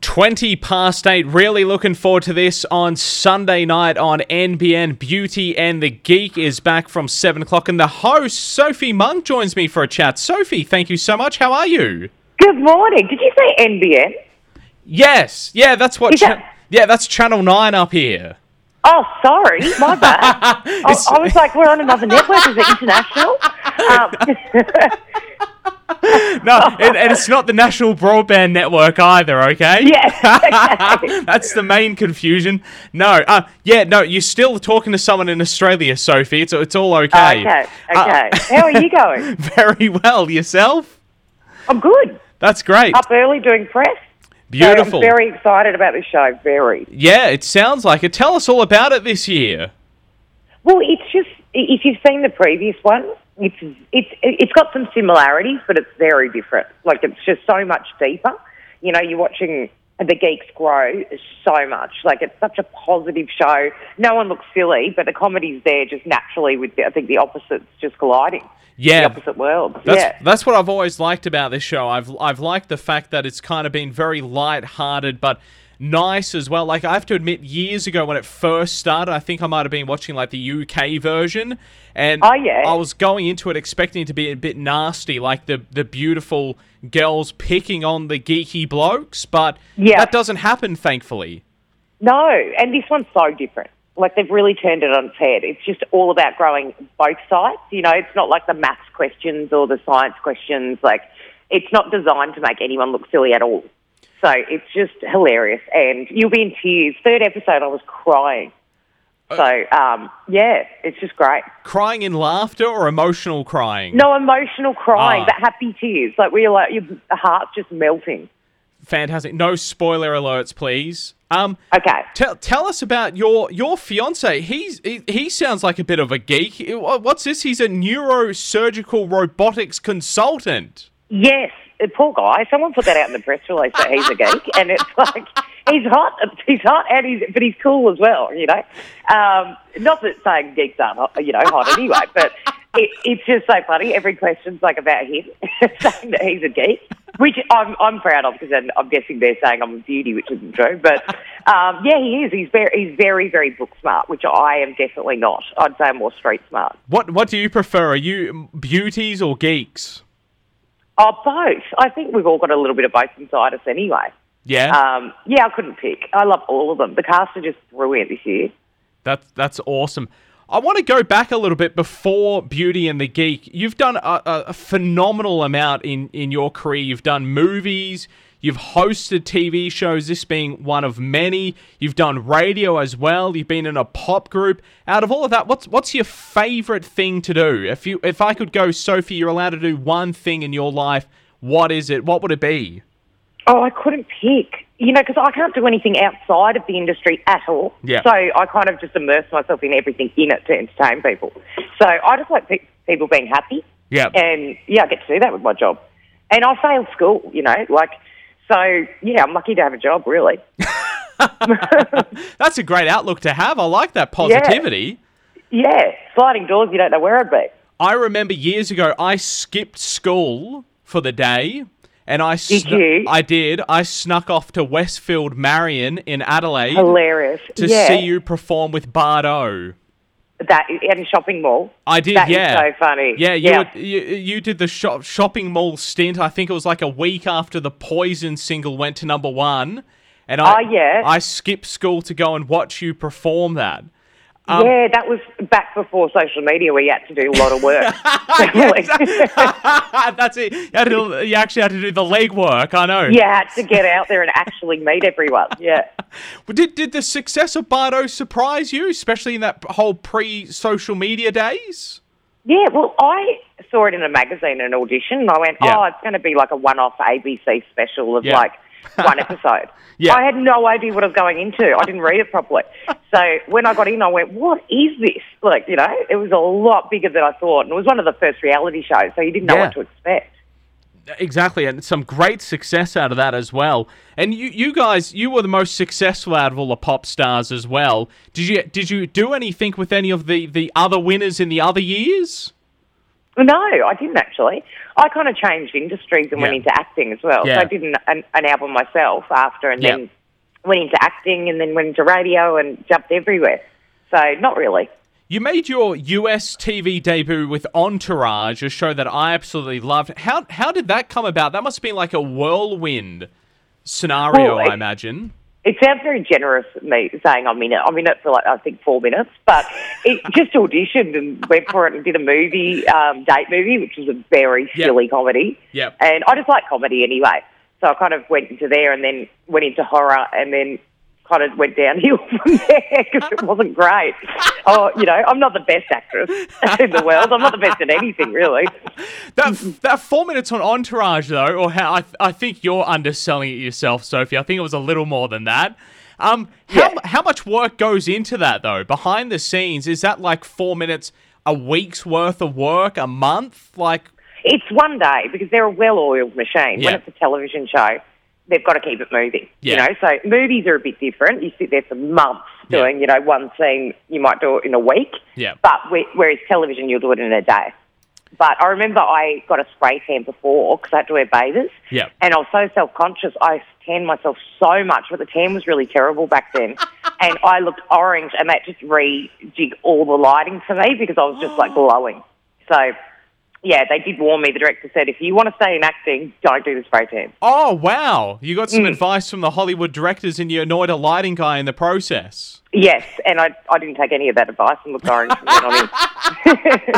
20 past 8. Really looking forward to this on Sunday night on NBN. Beauty and the Geek is back from 7 o'clock, and the host, Sophie Monk, joins me for a chat. Sophie, thank you so much. How are you? Good morning. Did you say NBN? Yes. Yeah, that's what. Is that- cha- yeah, that's Channel 9 up here. Oh, sorry, my bad. I, I was like, we're on another network. Is it international? Um, No, and, and it's not the National Broadband Network either, okay? yes. okay. That's the main confusion. No, uh, yeah, no, you're still talking to someone in Australia, Sophie. It's, it's all okay. Okay. Uh, Okay. How are you going? very well. Yourself? I'm good. That's great. Up early doing press. So Beautiful. I'm very excited about the show. Very. yeah, it sounds like it. Tell us all about it this year. Well, it's just i- if you've seen the previous one, it's it's it's got some similarities, but it's very different. Like it's just so much deeper. You know, you're watching the geeks grow so much. Like it's such a positive show. No one looks silly, but the comedy's there just naturally. With the, I think the opposites just colliding. Yeah. the opposite worlds. That's yeah. that's what I've always liked about this show. I've I've liked the fact that it's kind of been very light-hearted but nice as well. Like I have to admit years ago when it first started, I think I might have been watching like the UK version and Oh, yeah. I was going into it expecting it to be a bit nasty like the the beautiful girls picking on the geeky blokes, but Yeah. that doesn't happen thankfully. No, and this one's so different. Like they've really turned it on its head. It's just all about growing both sides. You know, it's not like the maths questions or the science questions. Like, it's not designed to make anyone look silly at all. So it's just hilarious, and you'll be in tears. Third episode, I was crying. So um, yeah, it's just great. Crying in laughter or emotional crying? No emotional crying, Ah. but happy tears. Like where you're like your heart's just melting. Fantastic. No spoiler alerts, please. Um Okay. Tell, tell us about your your fiance. He's he, he sounds like a bit of a geek. He- wha- What's this? He's a neurosurgical robotics consultant. Yes, uh, poor guy. Someone put that out in the press release that he's a geek, and it's like he's hot, he's hot, and he's but he's cool as well. You know, um, not that saying geeks aren't hot, you know hot anyway, but it, it's just so funny. Every question's like about him saying that he's a geek, which I'm I'm proud of because I'm, I'm guessing they're saying I'm a beauty, which isn't true. But um, yeah, he is. He's very he's very very book smart, which I am definitely not. I'd say I'm more street smart. What what do you prefer? Are you beauties or geeks? Oh, both. I think we've all got a little bit of both inside us anyway. Yeah, Um, yeah, I couldn't pick. I love all of them. The cast are just brilliant this year. that's that's awesome. I want to go back a little bit before Beauty and the Geek. You've done a, a, a phenomenal amount in in your career. You've done movies. You've hosted TV shows, this being one of many. You've done radio as well. You've been in a pop group. Out of all of that, what's what's your favorite thing to do? If you if I could go, Sophie, you're allowed to do one thing in your life. What is it? What would it be? Oh, I couldn't pick. You know, because I can't do anything outside of the industry at all. Yeah. So I kind of just immerse myself in everything in it to entertain people. So I just like pe- people being happy. Yeah. And yeah, I get to do that with my job. And I failed school, you know, like, so yeah, I'm lucky to have a job, really. That's a great outlook to have. I like that positivity. Yeah, sliding doors, you don't know where I'd be. I remember years ago, I skipped school for the day, and I Did snu- you? I did. I snuck off to Westfield Marion in Adelaide Hilarious. to yeah. see you perform with Bardo. That, at a shopping mall. I did, That is yeah. so funny. Yeah, you, Yeah. Were, you you did the shop, shopping mall stint. I think it was like a week after the Poison single went to number one, and I Oh, yeah. I skipped school to go and watch you perform that. Um, yeah, that was back before social media where you had to do a lot of work. Definitely. That's it. You, had to, you actually had to do the legwork. I know. you had to get out there and actually meet everyone. Yeah. Well, Did did the success of Bardo surprise you, especially in that whole pre-social media days? Yeah, well, I saw it in a magazine, an audition, and I went, Yeah. oh, it's going to be like a one off ABC special of Yeah. like one episode. Yeah. I had no idea what I was going into. I didn't read it properly. So when I got in, I went, what is this? Like, you know, it was a lot bigger than I thought. And it was one of the first reality shows, so you didn't know Yeah. what to expect. Exactly, and some great success out of that as well. And you, you guys, you were the most successful out of all the pop stars as well. Did you did you do anything with any of the the other winners in the other years? No, I didn't actually. I kind of changed industries and went Yeah. into acting as well. Yeah. So I did an, an, an album myself after and Yeah. then went into acting and then went into radio and jumped everywhere. So not really. You made your US TV debut with Entourage, a show that I absolutely loved. How how did that come about? That must have been like a whirlwind scenario, Well, I it- imagine. It sounds very generous of me saying I'm in it. I'm in it for like I think four minutes, but it just auditioned and went for it and did a movie, um, date movie, which was a very Yep. silly comedy. Yep. And I just like comedy anyway, so I kind of went into there and then went into horror and then kind of went downhill from there because it wasn't great. Oh, you know, I'm not the best actress in the world. I'm not the best at anything really. That that four minutes on Entourage though, or how I, I think you're underselling it yourself, Sophie. I think it was a little more than that. Um, how Yeah. how much work goes into that though? Behind the scenes, is that like four minutes a week's worth of work, a month? Like, It's one day because they're a well-oiled machine. Yeah. When it's a television show, they've got to keep it moving. Yeah. You know, so movies are a bit different. You sit there for months Yeah. doing, you know, one scene. You might do it in a week. Yeah. But whe- whereas television, you'll do it in a day. But I remember I got a spray tan before because I had to wear bathers. Yeah. And I was so self-conscious. I tanned myself so much, but the tan was really terrible back then. and I looked orange, and that just rejig all the lighting for me because I was just like glowing. So yeah, they did warn me. The director said, if you want to stay in acting, don't do the spray tan. oh wow, you got some Mm. advice from the Hollywood directors, and you annoyed a lighting guy in the process. Yes, and I, I didn't take any of that advice and looked orange from then on in.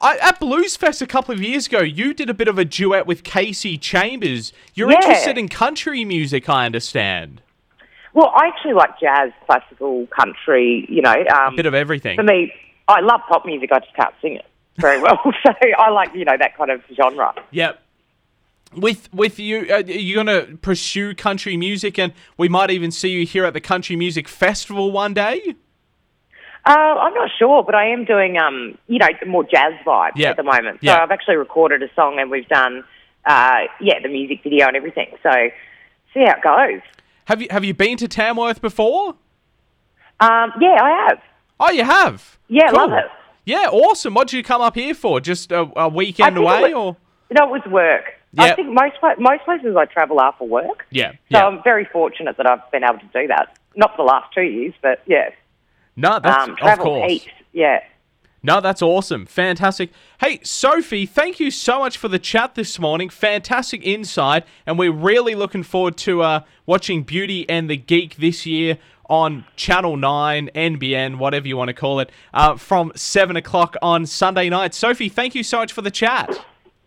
I, at Blues Fest a couple of years ago, you did a bit of a duet with Casey Chambers. You're Yeah. interested in country music, I understand. Well, I actually like jazz, classical, country, you know. Um, Bit of everything. for me, I love pop music, I just can't sing it very well. so I like, you know, that kind of genre. Yep. With with you, uh, you're gonna pursue country music, and we might even see you here at the country music festival one day. Uh, I'm not sure, but I am doing, um, you know, the more jazz vibe Yeah. at the moment. So Yeah. I've actually recorded a song and we've done, uh, yeah, the music video and everything. So see how it goes. Have you have you been to Tamworth before? Um, yeah, I have. Oh, you have. Yeah, love it. Yeah, awesome. What did you come up here for? Just a, a weekend think it away, was- or No, it was work. Yeah. I think most pla- most places I travel are for work. yeah, So yeah. I'm very fortunate that I've been able to do that. Not for the last two years, but yeah. no, that's Um, of travel course. heaps. Yeah. No, that's awesome. Fantastic. Hey, Sophie, thank you so much for the chat this morning. Fantastic insight. And we're really looking forward to uh, watching Beauty and the Geek this year on Channel 9, NBN, whatever you want to call it, uh, from 7 o'clock on Sunday night. Sophie, thank you so much for the chat.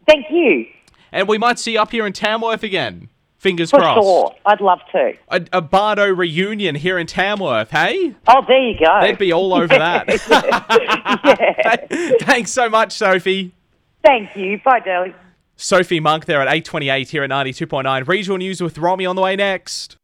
Thank you. And we might see you up here in Tamworth again. Fingers For crossed. sure. I'd love to. A, a Bardo reunion here in Tamworth, hey? Oh, there you go. They'd be all over that. yeah. Thanks so much, Sophie. Thank you. Bye, darling. Sophie Monk there at 828 here at 92.9. Regional news with Romy on the way next.